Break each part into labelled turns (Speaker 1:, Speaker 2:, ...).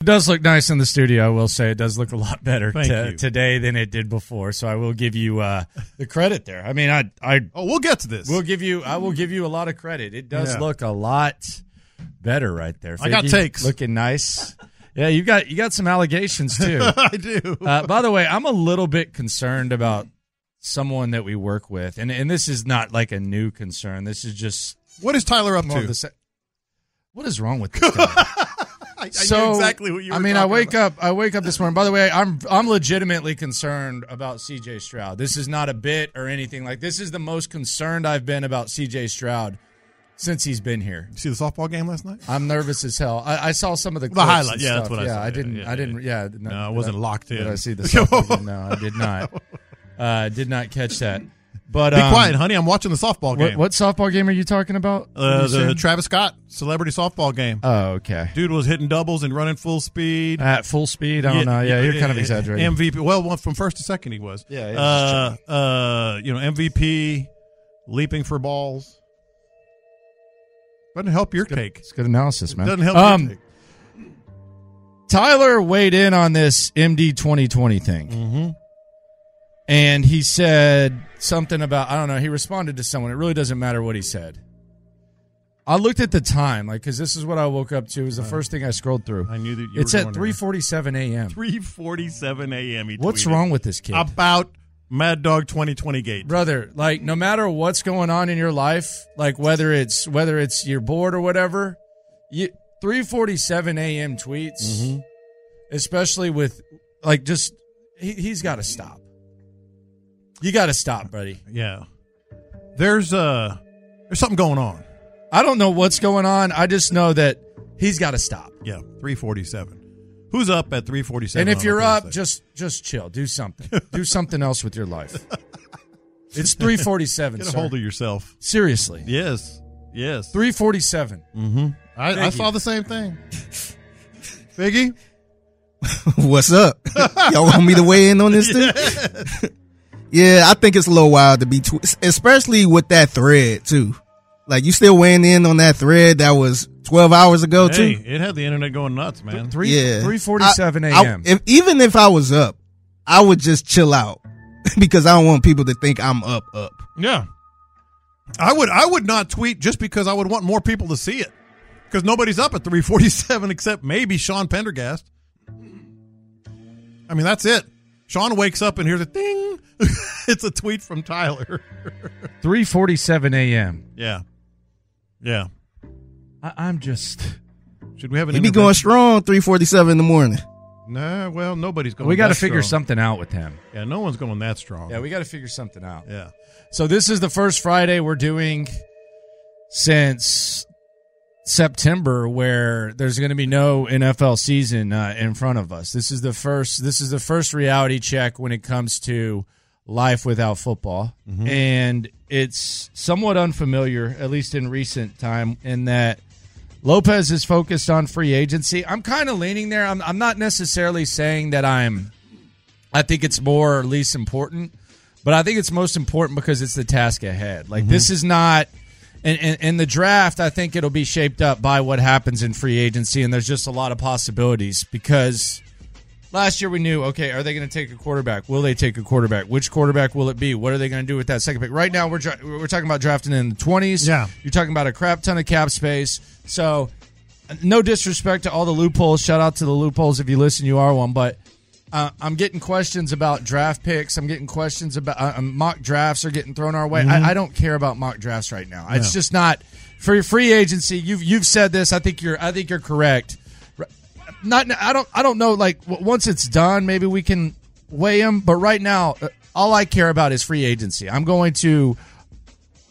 Speaker 1: It does look nice in the studio, I will say. It does look a lot better
Speaker 2: Thank
Speaker 1: to-
Speaker 2: you.
Speaker 1: today than it did before. So I will give you uh, the credit there. I mean, I I
Speaker 2: Oh, we'll get to this.
Speaker 1: will give you I will give you a lot of credit. It does
Speaker 2: Yeah.
Speaker 1: look a lot better right there.
Speaker 2: I got
Speaker 1: Figgy,
Speaker 2: takes.
Speaker 1: looking nice. Yeah, you got you got some allegations too.
Speaker 2: I do.
Speaker 1: uh, by the way, I'm a little bit concerned about someone that we work with, and and this is not like a new concern. This is just
Speaker 2: what is Tyler up
Speaker 1: more of
Speaker 2: to?
Speaker 1: the sa- What is wrong with this guy?
Speaker 2: I, I
Speaker 1: so
Speaker 2: knew exactly what you were
Speaker 1: I mean, I
Speaker 2: talking
Speaker 1: wake
Speaker 2: about.
Speaker 1: up. I wake up this morning. By the way, I'm I'm legitimately concerned about C.J. Stroud. This is not a bit or anything. Like this is the most concerned I've been about C.J. Stroud since he's been here.
Speaker 2: You see the softball game last night?
Speaker 1: I'm nervous as hell. I, I saw some of the,
Speaker 2: The
Speaker 1: clips
Speaker 2: highlight-
Speaker 1: and
Speaker 2: yeah, that's
Speaker 1: stuff.
Speaker 2: what I
Speaker 1: yeah,
Speaker 2: saw.
Speaker 1: I
Speaker 2: Yeah,
Speaker 1: didn't.
Speaker 2: yeah,
Speaker 1: I didn't. Yeah,
Speaker 2: No, I
Speaker 1: did
Speaker 2: wasn't locked
Speaker 1: Did
Speaker 2: in.
Speaker 1: I see the softball game? No, I did not. Uh, did not catch that. But
Speaker 2: Be
Speaker 1: um,
Speaker 2: quiet, honey. I'm watching the softball
Speaker 1: What,
Speaker 2: game.
Speaker 1: what softball game are you talking about?
Speaker 2: Uh,
Speaker 1: You
Speaker 2: the
Speaker 1: said?
Speaker 2: Travis Scott celebrity softball game.
Speaker 1: oh, okay.
Speaker 2: Dude was hitting doubles and running full speed.
Speaker 1: At full speed. I don't know. Yeah, you're kind of exaggerating.
Speaker 2: MVP. Well, one- from first to second, he was.
Speaker 1: Yeah, he
Speaker 2: Uh,
Speaker 1: was
Speaker 2: uh, you know, MVP, leaping for balls. Doesn't help your take.
Speaker 1: It's good analysis, man.
Speaker 2: Doesn't help your
Speaker 1: Um,
Speaker 2: take.
Speaker 1: Tyler weighed in on this MD 2020 thing.
Speaker 2: Mm-hmm.
Speaker 1: And he said something about, I don't know, he responded to someone. It really doesn't matter what he said. I looked at the time, like, because this is what I woke up to. It was the first thing I scrolled through.
Speaker 2: Uh, I knew that you
Speaker 1: It's
Speaker 2: were
Speaker 1: at
Speaker 2: going
Speaker 1: 3.47 a.m.
Speaker 2: 3:47 a.m. he
Speaker 1: What's
Speaker 2: tweeted.
Speaker 1: wrong with this kid?
Speaker 2: About Mad Dog 2020 gate.
Speaker 1: brother like no matter what's going on in your life like whether it's whether it's you're bored or whatever you 347 a.m tweets
Speaker 2: Mm-hmm.
Speaker 1: especially with like just he, he's got to stop you got to stop buddy
Speaker 2: Yeah. There's uh there's something going on.
Speaker 1: i don't know what's going on i just know that he's got to stop
Speaker 2: Yeah, 347. Who's up at 347?
Speaker 1: and
Speaker 2: on
Speaker 1: if
Speaker 2: a
Speaker 1: you're up
Speaker 2: Thursday?
Speaker 1: just just chill do something do something else with your life it's 347
Speaker 2: get a
Speaker 1: sir.
Speaker 2: hold of yourself.
Speaker 1: seriously
Speaker 2: Yes. Yes.
Speaker 1: 347
Speaker 2: I, I saw the same thing. Figgy?
Speaker 3: What's up? Y'all want me to weigh in on this too? yeah, I think it's a little wild to be, tw- especially with that thread too. Like you still weighing in on that thread that was 12 hours ago
Speaker 2: Hey,
Speaker 3: too.
Speaker 2: it had the internet going nuts, man.
Speaker 1: Three
Speaker 3: yeah,
Speaker 1: three forty seven
Speaker 3: I- I-
Speaker 1: a.m.
Speaker 3: If even if I was up, I would just chill out because I don't want people to think I'm up up.
Speaker 2: Yeah. I would I would not tweet just because I would want more people to see it. Because nobody's up at 347 except maybe Sean Pendergast. I mean, that's it. Sean wakes up and hears a ding. it's a tweet from Tyler.
Speaker 1: Three forty-seven a.m.
Speaker 2: Yeah. Yeah.
Speaker 1: I, I'm just.
Speaker 2: Should we have an
Speaker 3: He be
Speaker 2: intervention?
Speaker 3: going strong 3:47 in the morning.
Speaker 2: Nah, well, nobody's going
Speaker 1: We got to
Speaker 2: that
Speaker 1: figure
Speaker 2: strong.
Speaker 1: something out with him.
Speaker 2: Yeah, no one's going that strong.
Speaker 1: Yeah, we got to figure something out.
Speaker 2: yeah.
Speaker 1: So this is the first Friday we're doing since September where there's going to be no NFL season uh, in front of us. This is the first. This is the first reality check when it comes to life without football, and it's somewhat unfamiliar, at least in recent time, in that. Lopez is focused on free agency. I'm kind of leaning there. I'm, I'm not necessarily saying that I'm. I think it's more or least important, but I think it's most important because it's the task ahead. Like this is not. And, and, and the draft, I think it'll be shaped up by what happens in free agency, and there's just a lot of possibilities because last year we knew, okay, are they going to take a quarterback? Will they take a quarterback? Which quarterback will it be? What are they going to do with that second pick? Right now, we're dra- we're talking about drafting in the twenties.
Speaker 2: Yeah.
Speaker 1: you're talking about a crap ton of cap space. So no disrespect to all the loopholes. Shout out to the loopholes if you listen, you are one. But uh, I'm getting questions about draft picks. I'm getting questions about uh, um, mock drafts are getting thrown our way. I, I don't care about mock drafts right now. It's just not for your free agency. You've you've said this. I think you're I think you're correct. R- Not I don't I don't know. Like w- once it's done, maybe we can weigh them. But right now, uh, all I care about is free agency. I'm going to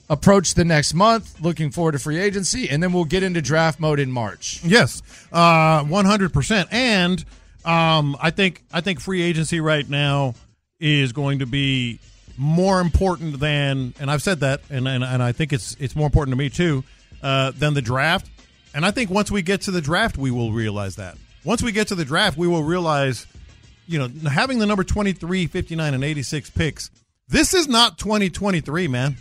Speaker 1: approach the next month, looking forward to free agency, and then we'll get into draft mode in March.
Speaker 2: Yes, uh, one hundred percent. And um, I think I think free agency right now is going to be more important than, and I've said that, and and, and I think it's it's more important to me too uh, than the draft. And I think once we get to the draft, we will realize that. Once we get to the draft, we will realize, you know, having the number 23, 59, and 86 picks, this is not 2023, man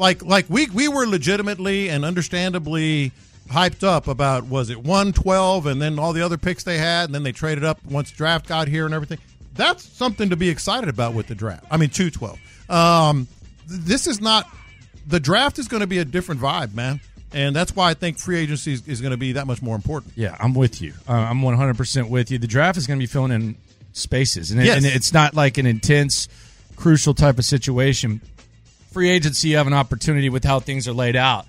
Speaker 2: like like we we were legitimately and understandably hyped up about was it 112 and then all the other picks they had and then they traded up once draft got here and everything that's something to be excited about with the draft i mean 212 um th- this is not the draft is going to be a different vibe man and that's why i think free agency is, is going to be that much more important
Speaker 1: Yeah, I'm with you. Uh, I'm 100% with you. The draft is going to be filling in spaces, and, it-
Speaker 2: Yes.
Speaker 1: and it's not like an intense, crucial type of situation. Free agency, you have an opportunity with how things are laid out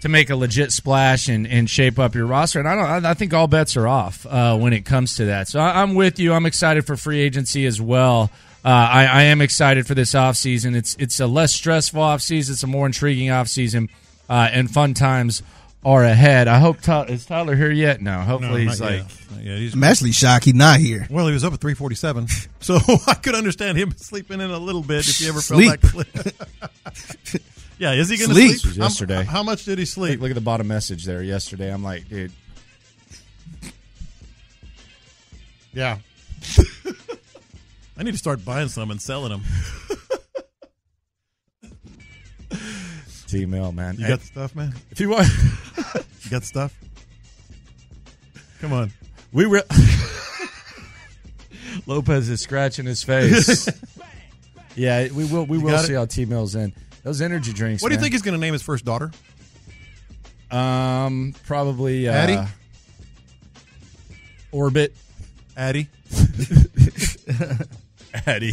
Speaker 1: to make a legit splash and, and shape up your roster. And I don't, I I think all bets are off uh, when it comes to that. So I, I'm with you. I'm excited for free agency as well. Uh, I, I am excited for this offseason. It's it's a less stressful offseason. It's a more intriguing offseason, uh, and fun times are ahead. I hope Ty- is Tyler here yet? No. Hopefully he's like
Speaker 2: yeah he's
Speaker 3: I'm actually shocked he's not here.
Speaker 2: well, he was up at 347, so I could understand him sleeping in a little bit if he ever
Speaker 3: Sleep.
Speaker 2: felt like. yeah, is he going to
Speaker 3: Sleep.
Speaker 2: sleep?
Speaker 3: This
Speaker 1: was
Speaker 2: How-
Speaker 1: yesterday.
Speaker 2: How, much did he sleep?
Speaker 1: Look at the bottom message there yesterday. I'm like, dude.
Speaker 2: Yeah. I need to start buying some and selling them.
Speaker 1: It's email, man.
Speaker 2: You got stuff, man?
Speaker 1: if you want,
Speaker 2: You got stuff? Come on.
Speaker 1: we were. Lopez is scratching his face. yeah, we will. We will
Speaker 2: got
Speaker 1: see
Speaker 2: it?
Speaker 1: how T Mill's in those energy drinks.
Speaker 2: What do you
Speaker 1: man.
Speaker 2: think he's going to name his first daughter?
Speaker 1: Um, probably uh,
Speaker 2: Addie?
Speaker 1: Orbit.
Speaker 2: Addie.
Speaker 1: Addie.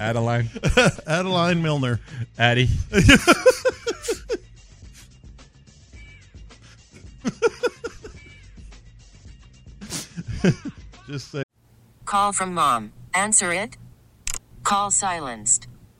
Speaker 1: Adeline.
Speaker 2: Adeline Milner.
Speaker 1: Addie.
Speaker 2: Just say.
Speaker 4: Call from mom. Answer it. Call silenced.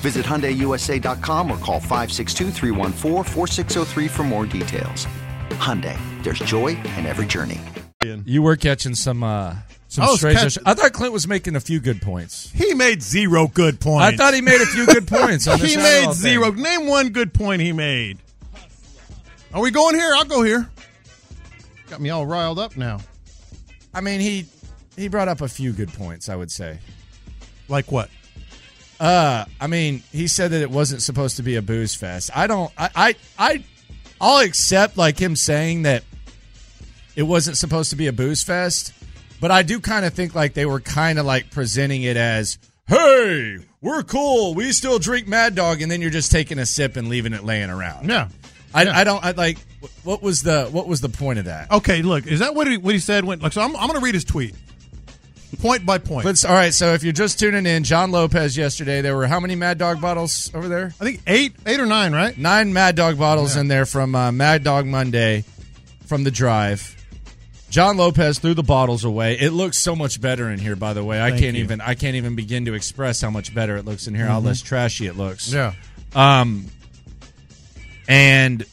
Speaker 5: Visit HyundaiUSA.com or call 562-314-4603 for more details. Hyundai, there's joy in every journey.
Speaker 1: You were catching some uh some
Speaker 2: I was
Speaker 1: strays.
Speaker 2: catch-
Speaker 1: I thought Clint was making a few good points.
Speaker 2: He made zero good points.
Speaker 1: I thought he made a few good points. On this
Speaker 2: he
Speaker 1: Adderall
Speaker 2: made
Speaker 1: thing.
Speaker 2: zero. Name one good point he made. Are we going here? I'll go here. Got me all riled up now.
Speaker 1: I mean, he he brought up a few good points. I would say.
Speaker 2: Like what?
Speaker 1: Uh, I mean, he said that it wasn't supposed to be a booze fest. I don't. I I, I I'll accept like him saying that it wasn't supposed to be a booze fest, but I do kind of think like they were kind of like presenting it as, "Hey, we're cool. We still drink Mad Dog," and then you're just taking a sip and leaving it laying around.
Speaker 2: Yeah.
Speaker 1: I, I don't I like what was the what was the point of that?
Speaker 2: Okay, look, is that what he, what he said? When like, so I'm, I'm going to read his tweet, point by point.
Speaker 1: Let's all right. So if you're just tuning in, John Lopez yesterday there were how many Mad Dog bottles over there?
Speaker 2: I think eight, eight or nine, right?
Speaker 1: Nine Mad Dog bottles in there from uh, Mad Dog Monday from the drive. John Lopez threw the bottles away. It looks so much better in here, by the way. I can't even I can't even begin to express how much better it looks in here. How less trashy it looks.
Speaker 2: Mm-hmm. Yeah.
Speaker 1: Um, and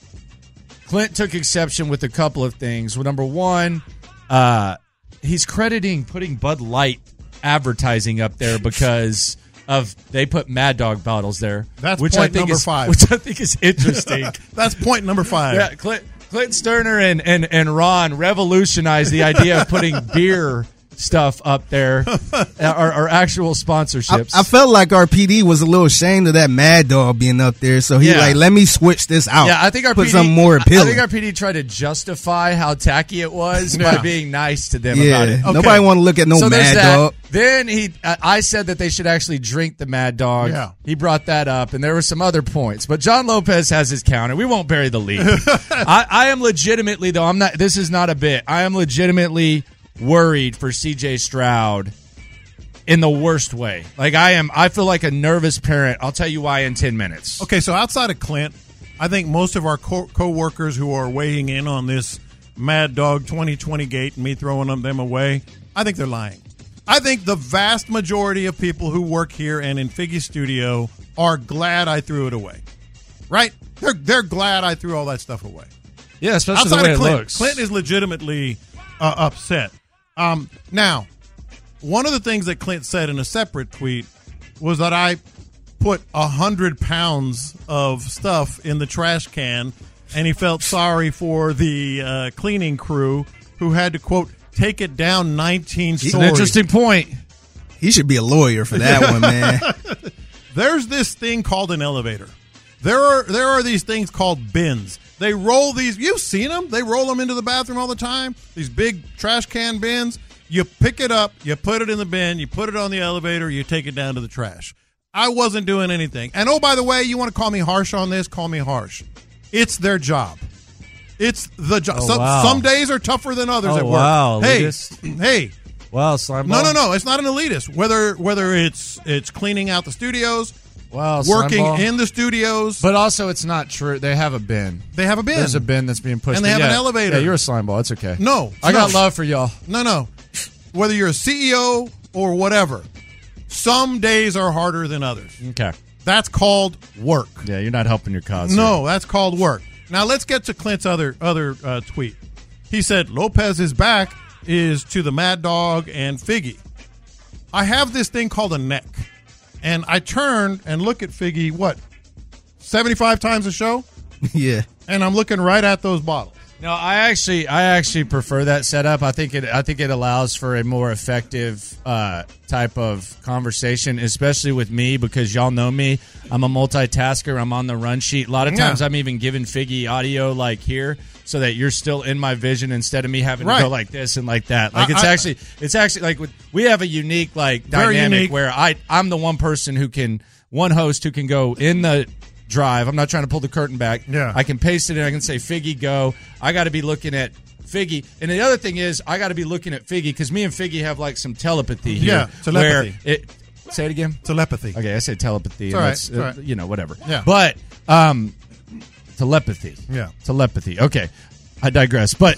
Speaker 1: Clint took exception with a couple of things. Well, number one, uh, he's crediting putting Bud Light advertising up there because of they put Mad Dog bottles there.
Speaker 2: That's
Speaker 1: which I
Speaker 2: point
Speaker 1: think
Speaker 2: number
Speaker 1: is,
Speaker 2: five.
Speaker 1: Which I think is interesting.
Speaker 2: That's point number five.
Speaker 1: yeah, Clint, Clint Sterner and, and and Ron revolutionized the idea of putting beer stuff up there, our, our actual
Speaker 3: I,
Speaker 1: sponsorships.
Speaker 3: I felt like our PD was a little ashamed of that Mad Dog being up there, so he
Speaker 1: Yeah.
Speaker 3: like let me switch this out.
Speaker 1: Yeah, I think our
Speaker 3: put
Speaker 1: PD,
Speaker 3: something more
Speaker 1: I- I
Speaker 3: appealing.
Speaker 1: think our PD tried to justify how tacky it was
Speaker 2: Yeah.
Speaker 1: by being nice to them
Speaker 3: yeah,
Speaker 1: about it.
Speaker 3: nobody want to look at no
Speaker 1: so there's
Speaker 3: Mad
Speaker 1: that.
Speaker 3: Dog.
Speaker 1: Then he, I I said that they should actually drink the Mad Dog.
Speaker 2: Yeah.
Speaker 1: He brought that up, and there were some other points. But John Lopez has his counter. We won't bury the lead. I, I am legitimately, though, I'm not. This is not a bit. I am legitimately worried for C.J. Stroud in the worst way. Like I am, I feel like a nervous parent. I'll tell you why in ten minutes.
Speaker 2: Okay, so outside of Clint, I think most of our co- co-workers who are weighing in on this Mad Dog 2020 gate and me throwing them- them away, I think they're lying. I think the vast majority of people who work here and in Figgy Studio are glad I threw it away. Right? They're they're glad I threw all that stuff away.
Speaker 1: Yeah, especially
Speaker 2: outside of Clint. Clint is legitimately uh, upset. Um, now, one of the things that Clint said in a separate tweet was that I put a hundred pounds of stuff in the trash can, and he felt sorry for the uh, cleaning crew who had to quote take it down nineteen
Speaker 1: an
Speaker 2: stories.
Speaker 1: interesting point.
Speaker 3: He should be a lawyer for that one, man.
Speaker 2: there's this thing called an elevator. There are there are these things called bins. They roll these. You've seen them. They roll them into the bathroom all the time. These big trash can bins. You pick it up. You put it in the bin. You put it on the elevator. You take it down to the trash. I wasn't doing anything. And oh, by the way, you want to call me harsh on this? Call me harsh. It's their job. It's the job.
Speaker 1: Oh,
Speaker 2: some,
Speaker 1: wow.
Speaker 2: some days are tougher than others
Speaker 1: Oh,
Speaker 2: at work.
Speaker 1: wow,
Speaker 2: Hey,
Speaker 1: elitist.
Speaker 2: hey,
Speaker 1: Wow, slime.
Speaker 2: no, no, no. It's not an elitist. Whether whether it's it's cleaning out the studios,
Speaker 1: Wow,
Speaker 2: working
Speaker 1: Sunball.
Speaker 2: in the studios,
Speaker 1: But also, it's not true. They have a bin.
Speaker 2: they have a bin.
Speaker 1: There's a bin that's being pushed.
Speaker 2: And they have
Speaker 1: in.
Speaker 2: an
Speaker 1: Yeah.
Speaker 2: elevator.
Speaker 1: Yeah, you're a slime ball. It's okay.
Speaker 2: No,
Speaker 1: I got
Speaker 2: no.
Speaker 1: love for y'all.
Speaker 2: No, no. Whether you're a CEO or whatever, some days are harder than others.
Speaker 1: Okay.
Speaker 2: That's called work.
Speaker 1: Yeah, you're not helping your cause.
Speaker 2: No, that's called work. Now let's get to Clint's other other uh, tweet. He said Lopez is back is to the Mad Dog and Figgy. I have this thing called a neck, and I turn and look at Figgy. What, seventy five times a show?
Speaker 3: yeah,
Speaker 2: And I'm looking right at those bottles.
Speaker 1: here. No, I actually, I actually prefer that setup. I think it, I think it allows for a more effective uh, type of conversation, especially with me because y'all know me. I'm a multitasker. I'm on the run sheet. A lot of
Speaker 2: Yeah.
Speaker 1: times, I'm even giving Figgy audio like here. So that you're still in my vision instead of me having
Speaker 2: Right.
Speaker 1: to go like this and like that. Like it's
Speaker 2: I- I-
Speaker 1: actually, it's actually like with, we have a unique like
Speaker 2: Very
Speaker 1: dynamic
Speaker 2: unique.
Speaker 1: where I I'm the one person who can one host who can go in the drive. I'm not trying to pull the curtain back.
Speaker 2: Yeah.
Speaker 1: I can paste it in. I can say Figgy go. I got to be looking at Figgy. And the other thing is I got to be looking at Figgy because me and Figgy have like some telepathy here.
Speaker 2: Yeah, telepathy.
Speaker 1: Where it say it again.
Speaker 2: Telepathy.
Speaker 1: Okay, I say telepathy. and
Speaker 2: all right,
Speaker 1: that's,
Speaker 2: it's all right.
Speaker 1: uh, You know, whatever.
Speaker 2: Yeah.
Speaker 1: But um, telepathy.
Speaker 2: Yeah.
Speaker 1: Telepathy. Okay. I digress, but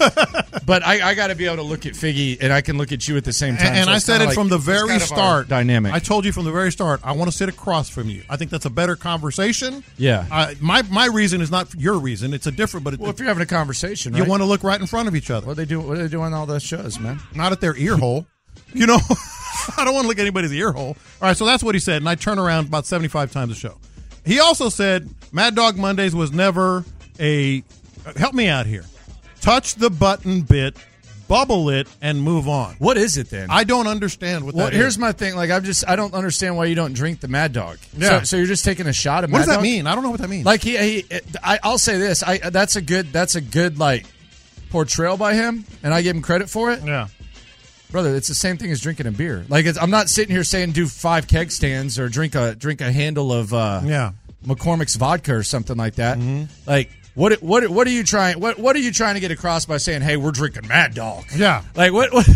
Speaker 1: but I, I got to be able to look at Figgy, and I can look at you at the same time.
Speaker 2: And, and
Speaker 1: So
Speaker 2: I
Speaker 1: it's
Speaker 2: said
Speaker 1: kinda
Speaker 2: it
Speaker 1: like-
Speaker 2: from the
Speaker 1: it's
Speaker 2: very
Speaker 1: kind of our
Speaker 2: start.
Speaker 1: Dynamic.
Speaker 2: I told you from the very start. I want to sit across from you. I think that's a better conversation.
Speaker 1: Yeah.
Speaker 2: I, my my reason is not your reason. It's a different. But it,
Speaker 1: Well, if you're having a conversation,
Speaker 2: you
Speaker 1: right?
Speaker 2: want to look right in front of each other,
Speaker 1: what they do? What they do on all those shows, man?
Speaker 2: not at their ear hole. You know, I don't want to look at anybody's ear hole. All right. So that's what he said, and I turn around about seventy five times a show. He also said Mad Dog Mondays was never a. uh, Help me out here. Touch the button bit, bubble it, and move on.
Speaker 1: What is it then?
Speaker 2: I don't understand what
Speaker 1: well,
Speaker 2: that
Speaker 1: here's
Speaker 2: is.
Speaker 1: my thing. Like, I'm just I don't understand why you don't drink the Mad Dog.
Speaker 2: Yeah.
Speaker 1: So, so you're just taking a shot of
Speaker 2: What
Speaker 1: Mad
Speaker 2: does that
Speaker 1: Dog?
Speaker 2: mean? I don't know what that means.
Speaker 1: Like he, he I, I'll say this. I that's a good that's a good like portrayal by him, and I give him credit for it,
Speaker 2: yeah.
Speaker 1: brother. It's the same thing as drinking a beer. Like it's, I'm not sitting here saying do five keg stands or drink a drink a handle of uh,
Speaker 2: Yeah. Mm-hmm.
Speaker 1: McCormick's vodka or something like that. Like What what what are you trying? What what are you trying to get across by saying, "Hey, we're drinking Mad Dog"?
Speaker 2: Yeah.
Speaker 1: Like what what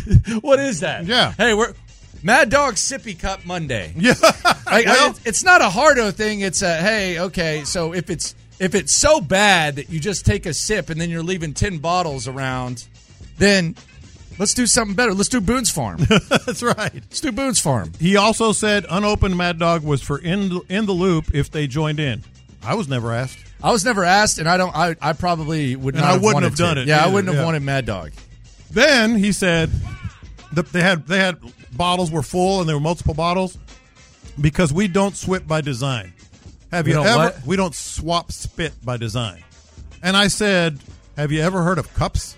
Speaker 1: what is that?
Speaker 2: Yeah.
Speaker 1: Hey, we're Mad Dog Sippy Cup Monday.
Speaker 2: Yeah.
Speaker 1: Like, I-
Speaker 2: Well-
Speaker 1: it's- it's not a hardo thing. It's a hey, okay. So if it's if it's so bad that you just take a sip and then you're leaving ten bottles around, then let's do something better. Let's do Boone's Farm. let's
Speaker 2: That's right.
Speaker 1: do Boone's Farm.
Speaker 2: He also said unopened Mad Dog was for in in the loop if they joined in. I was never asked.
Speaker 1: I was never asked, and I don't. I, I probably would
Speaker 2: And
Speaker 1: not.
Speaker 2: I
Speaker 1: have
Speaker 2: wouldn't
Speaker 1: wanted
Speaker 2: have done
Speaker 1: to.
Speaker 2: it
Speaker 1: Yeah, I
Speaker 2: either,
Speaker 1: wouldn't have
Speaker 2: yeah.
Speaker 1: wanted Mad Dog.
Speaker 2: Then he said that they had they had bottles were full and there were multiple bottles because we don't swip by design. Have
Speaker 1: We
Speaker 2: you
Speaker 1: don't
Speaker 2: ever?
Speaker 1: what?
Speaker 2: We don't swap spit by design. And I said, have you ever heard of cups?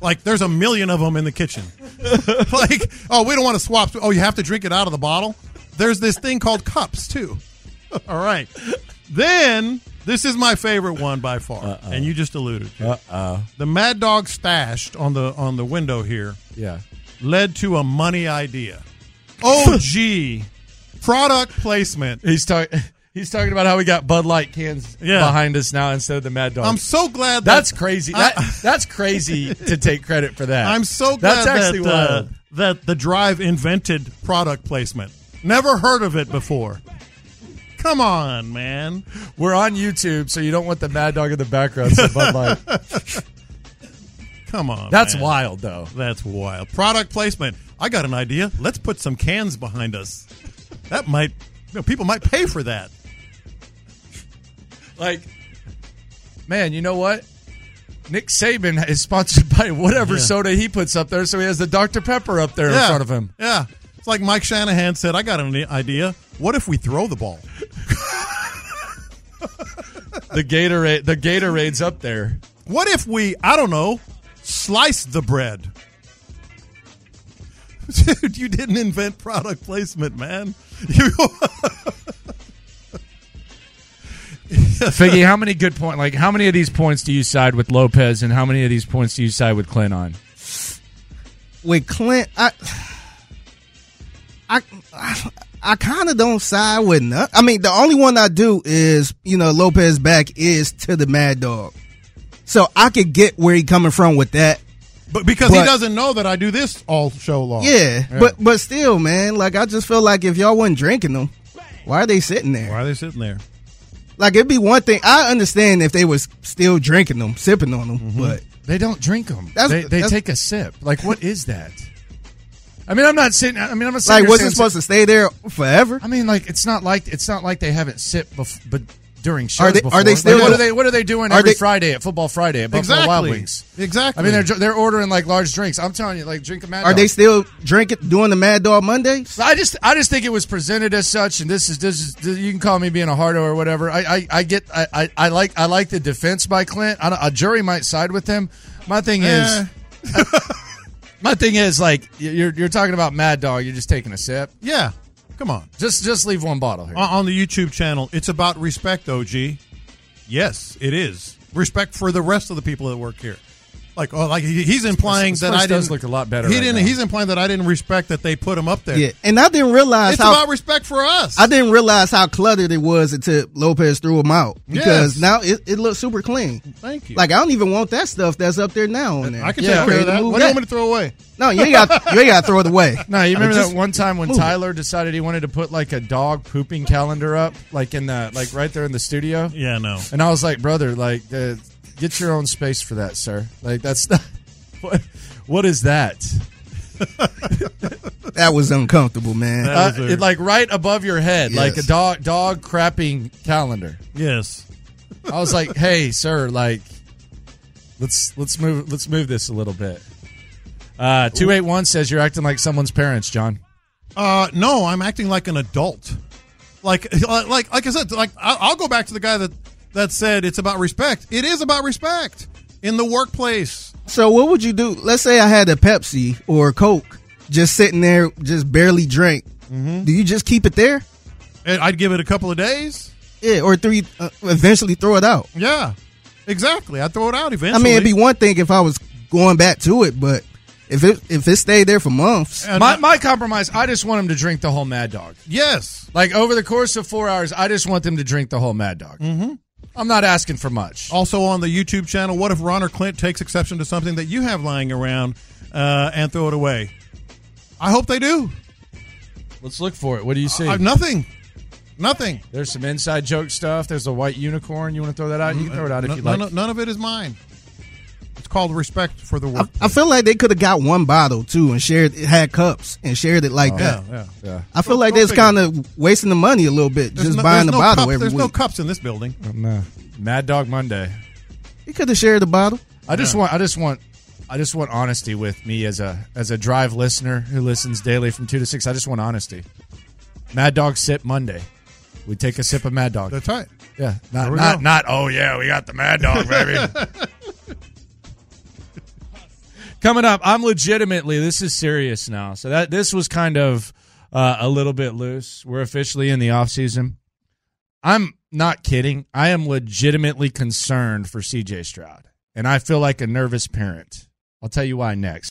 Speaker 2: Like there's a million of them in the kitchen. like oh, we don't want to swap. sp- Oh, you have to drink it out of the bottle. There's this thing called cups too. All right. Then this is my favorite one by far, and you just alluded to. Uh oh. The Mad Dog stashed on the on the window here
Speaker 1: Yeah.
Speaker 2: led to a money idea. Oh gee, product placement.
Speaker 1: He's talking. He's talking about how we got Bud Light cans
Speaker 2: Yeah.
Speaker 1: behind us now instead of the Mad Dog.
Speaker 2: I'm so glad that,
Speaker 1: that's crazy.
Speaker 2: I-
Speaker 1: That, that's crazy to take credit for that.
Speaker 2: I'm so glad
Speaker 1: That's actually
Speaker 2: that, uh,
Speaker 1: wild.
Speaker 2: that the drive invented product placement. Never heard of it before. Come on, man.
Speaker 1: We're on YouTube, so you don't want the Mad Dog in the background. So Bud Light.
Speaker 2: Come on.
Speaker 1: That's
Speaker 2: man.
Speaker 1: wild, though.
Speaker 2: That's wild. Product placement. I got an idea. Let's put some cans behind us. That might you know, people might pay for that.
Speaker 1: Like, man, you know what? Nick Saban is sponsored by whatever soda he puts up there, so he has the Dr Pepper up there in front of him.
Speaker 2: Yeah. It's like Mike Shanahan said, I got an idea. What if we throw the ball?
Speaker 1: The Gatorade, the Gatorade's up there.
Speaker 2: What if we, I don't know, slice the bread? Dude, you didn't invent product placement, man. You
Speaker 1: Figgy, how many good point? Like, how many of these points do you side with Lopez, and how many of these points do you side with Clint on?
Speaker 3: with Clint, I, I, I, kind of don't side with none. I mean, the only one I do is you know Lopez back is to the Mad Dog, so I could get where he coming from with that.
Speaker 2: But because he
Speaker 3: But-
Speaker 2: doesn't know that I do this all show long.
Speaker 3: Yeah, but but still, man, like I just feel like if y'all wasn't drinking them, why are they sitting there?
Speaker 2: Why are they sitting there?
Speaker 3: Like it'd be one thing. I understand if they was still drinking them, sipping on them,
Speaker 2: Mm-hmm.
Speaker 3: but
Speaker 1: They don't drink them.
Speaker 3: That's-
Speaker 1: they they
Speaker 3: that's-
Speaker 1: take a sip. Like, what is that? I mean, I'm not sitting. I mean, I'm not sitting
Speaker 3: like
Speaker 1: here
Speaker 3: wasn't
Speaker 1: saying-
Speaker 3: supposed to stay there forever.
Speaker 1: I mean, like it's not like it's not like they haven't sipped bef- but during shows.
Speaker 3: Are they-
Speaker 1: before.
Speaker 3: are they
Speaker 1: Like,
Speaker 3: still-
Speaker 1: what are they What are they doing
Speaker 3: are
Speaker 1: every
Speaker 3: they-
Speaker 1: Friday at Football Friday at Buffalo Wild
Speaker 2: Exactly.
Speaker 1: Wings?
Speaker 2: Exactly.
Speaker 1: I mean, they're they're ordering like large drinks. I'm telling you, like drink a Mad
Speaker 3: Are
Speaker 1: Dog.
Speaker 3: they still drinking doing the Mad Dog Mondays?
Speaker 1: I just I just think it was presented as such, and this is this is this, you can call me being a hardo or whatever. I I, I get I, I, I like I like the defense by Clint. I don't, a jury might side with him. My thing
Speaker 2: Eh.
Speaker 1: is, my thing is like you're you're talking about Mad Dog. You're just taking a sip.
Speaker 2: Yeah. Come on.
Speaker 1: Just just leave one bottle here.
Speaker 2: on, on the YouTube channel. It's about respect, OG. Yes, it is respect for the rest of the people that work here. Like, oh, like he- he's implying
Speaker 1: This
Speaker 2: that
Speaker 1: place
Speaker 2: I
Speaker 1: does
Speaker 2: didn't
Speaker 1: look a lot better
Speaker 2: He
Speaker 1: right
Speaker 2: didn't.
Speaker 1: now.
Speaker 2: He's implying that I didn't respect that they put him up there.
Speaker 3: Yeah, and I didn't realize
Speaker 2: It's
Speaker 3: how
Speaker 2: about respect for us.
Speaker 3: I didn't realize how cluttered it was until Lopez threw them out because
Speaker 2: Yes.
Speaker 3: now it, it looks super clean.
Speaker 2: Thank you.
Speaker 3: Like I don't even want that stuff that's up there now. On there.
Speaker 2: I can
Speaker 1: Yeah.
Speaker 2: take care of
Speaker 3: Creative
Speaker 2: that.
Speaker 3: move.
Speaker 2: What do you want me to throw away?
Speaker 3: No, you ain't got you ain't got to throw it away.
Speaker 1: No, you remember
Speaker 3: Just
Speaker 1: that one time when
Speaker 3: move it.
Speaker 1: Tyler decided he wanted to put like a dog pooping calendar up, like in the like right there in the studio,
Speaker 2: Yeah, no.
Speaker 1: and I was like, brother, like uh, get your own space for that, sir. Like that's not what what is that?
Speaker 3: That was uncomfortable, man.
Speaker 2: That-
Speaker 1: Uh,
Speaker 2: was a-
Speaker 1: it, like right above your head, like a
Speaker 3: Yes.
Speaker 1: dog dog crapping calendar.
Speaker 2: Yes.
Speaker 1: I was like, hey, sir, like let's let's move let's move this a little bit. Uh, two eight one says you're acting like someone's parents, John.
Speaker 2: Uh, no, I'm acting like an adult. Like, like, like I said, like I- I'll go back to the guy that that said it's about respect. It is about respect in the workplace.
Speaker 3: so what would you do? Let's say I had a Pepsi or a Coke just sitting there, just barely drank.
Speaker 2: Mm-hmm.
Speaker 3: Do you just keep it there?
Speaker 2: And I'd give it a couple of days.
Speaker 3: Yeah, or three uh, eventually throw it out.
Speaker 2: Yeah, exactly. I throw it out
Speaker 3: I
Speaker 2: eventually.
Speaker 3: mean, it'd be one thing if I was going back to it, but if it if it stayed there for months,
Speaker 2: And
Speaker 1: My,
Speaker 2: I-
Speaker 1: my compromise, I just want him to drink the whole Mad Dog.
Speaker 2: yes,
Speaker 1: Like over the course of four hours, I just want them to drink the whole Mad Dog. I'm not asking for much.
Speaker 2: Also on the YouTube channel, what if Ron or Clint takes exception to something that you have lying around uh, and throw it away? I hope they do.
Speaker 1: Let's look for it. What do you see?
Speaker 2: I have nothing. Nothing.
Speaker 1: There's some inside joke stuff. There's a white unicorn. You want to throw that out? You can throw it out if
Speaker 2: None-
Speaker 1: you
Speaker 2: none,
Speaker 1: like.
Speaker 2: of- none of it is mine. It's called respect for the
Speaker 3: I,
Speaker 2: work.
Speaker 3: I feel like they could have got one bottle too and shared it had cups and shared it like that.
Speaker 2: Oh, yeah.
Speaker 1: yeah.
Speaker 3: I feel like
Speaker 2: Go
Speaker 3: that's
Speaker 2: figure.
Speaker 3: kind of wasting the money a little bit
Speaker 2: There's
Speaker 3: just
Speaker 2: no-
Speaker 3: buying
Speaker 2: there's
Speaker 3: the
Speaker 2: no
Speaker 3: bottle
Speaker 2: cups-
Speaker 3: every
Speaker 2: There's
Speaker 3: week.
Speaker 2: no cups in this building.
Speaker 1: I'm, uh, Mad Dog Monday.
Speaker 3: He could have shared the bottle.
Speaker 1: I just want. I just want. I just want honesty with me as a as a drive listener who listens daily from two to six. I just want honesty. Mad Dog Sip Monday. We take a sip of Mad Dog.
Speaker 2: That's right.
Speaker 1: yeah, not
Speaker 2: we
Speaker 1: not,
Speaker 2: go.
Speaker 1: not. Oh yeah, we got the Mad Dog, baby. Coming up, I'm legitimately. This is serious now. So that this was kind of uh, a little bit loose. We're officially in the off season. I'm not kidding. I am legitimately concerned for CJ Stroud, and I feel like a nervous parent. I'll tell you why next.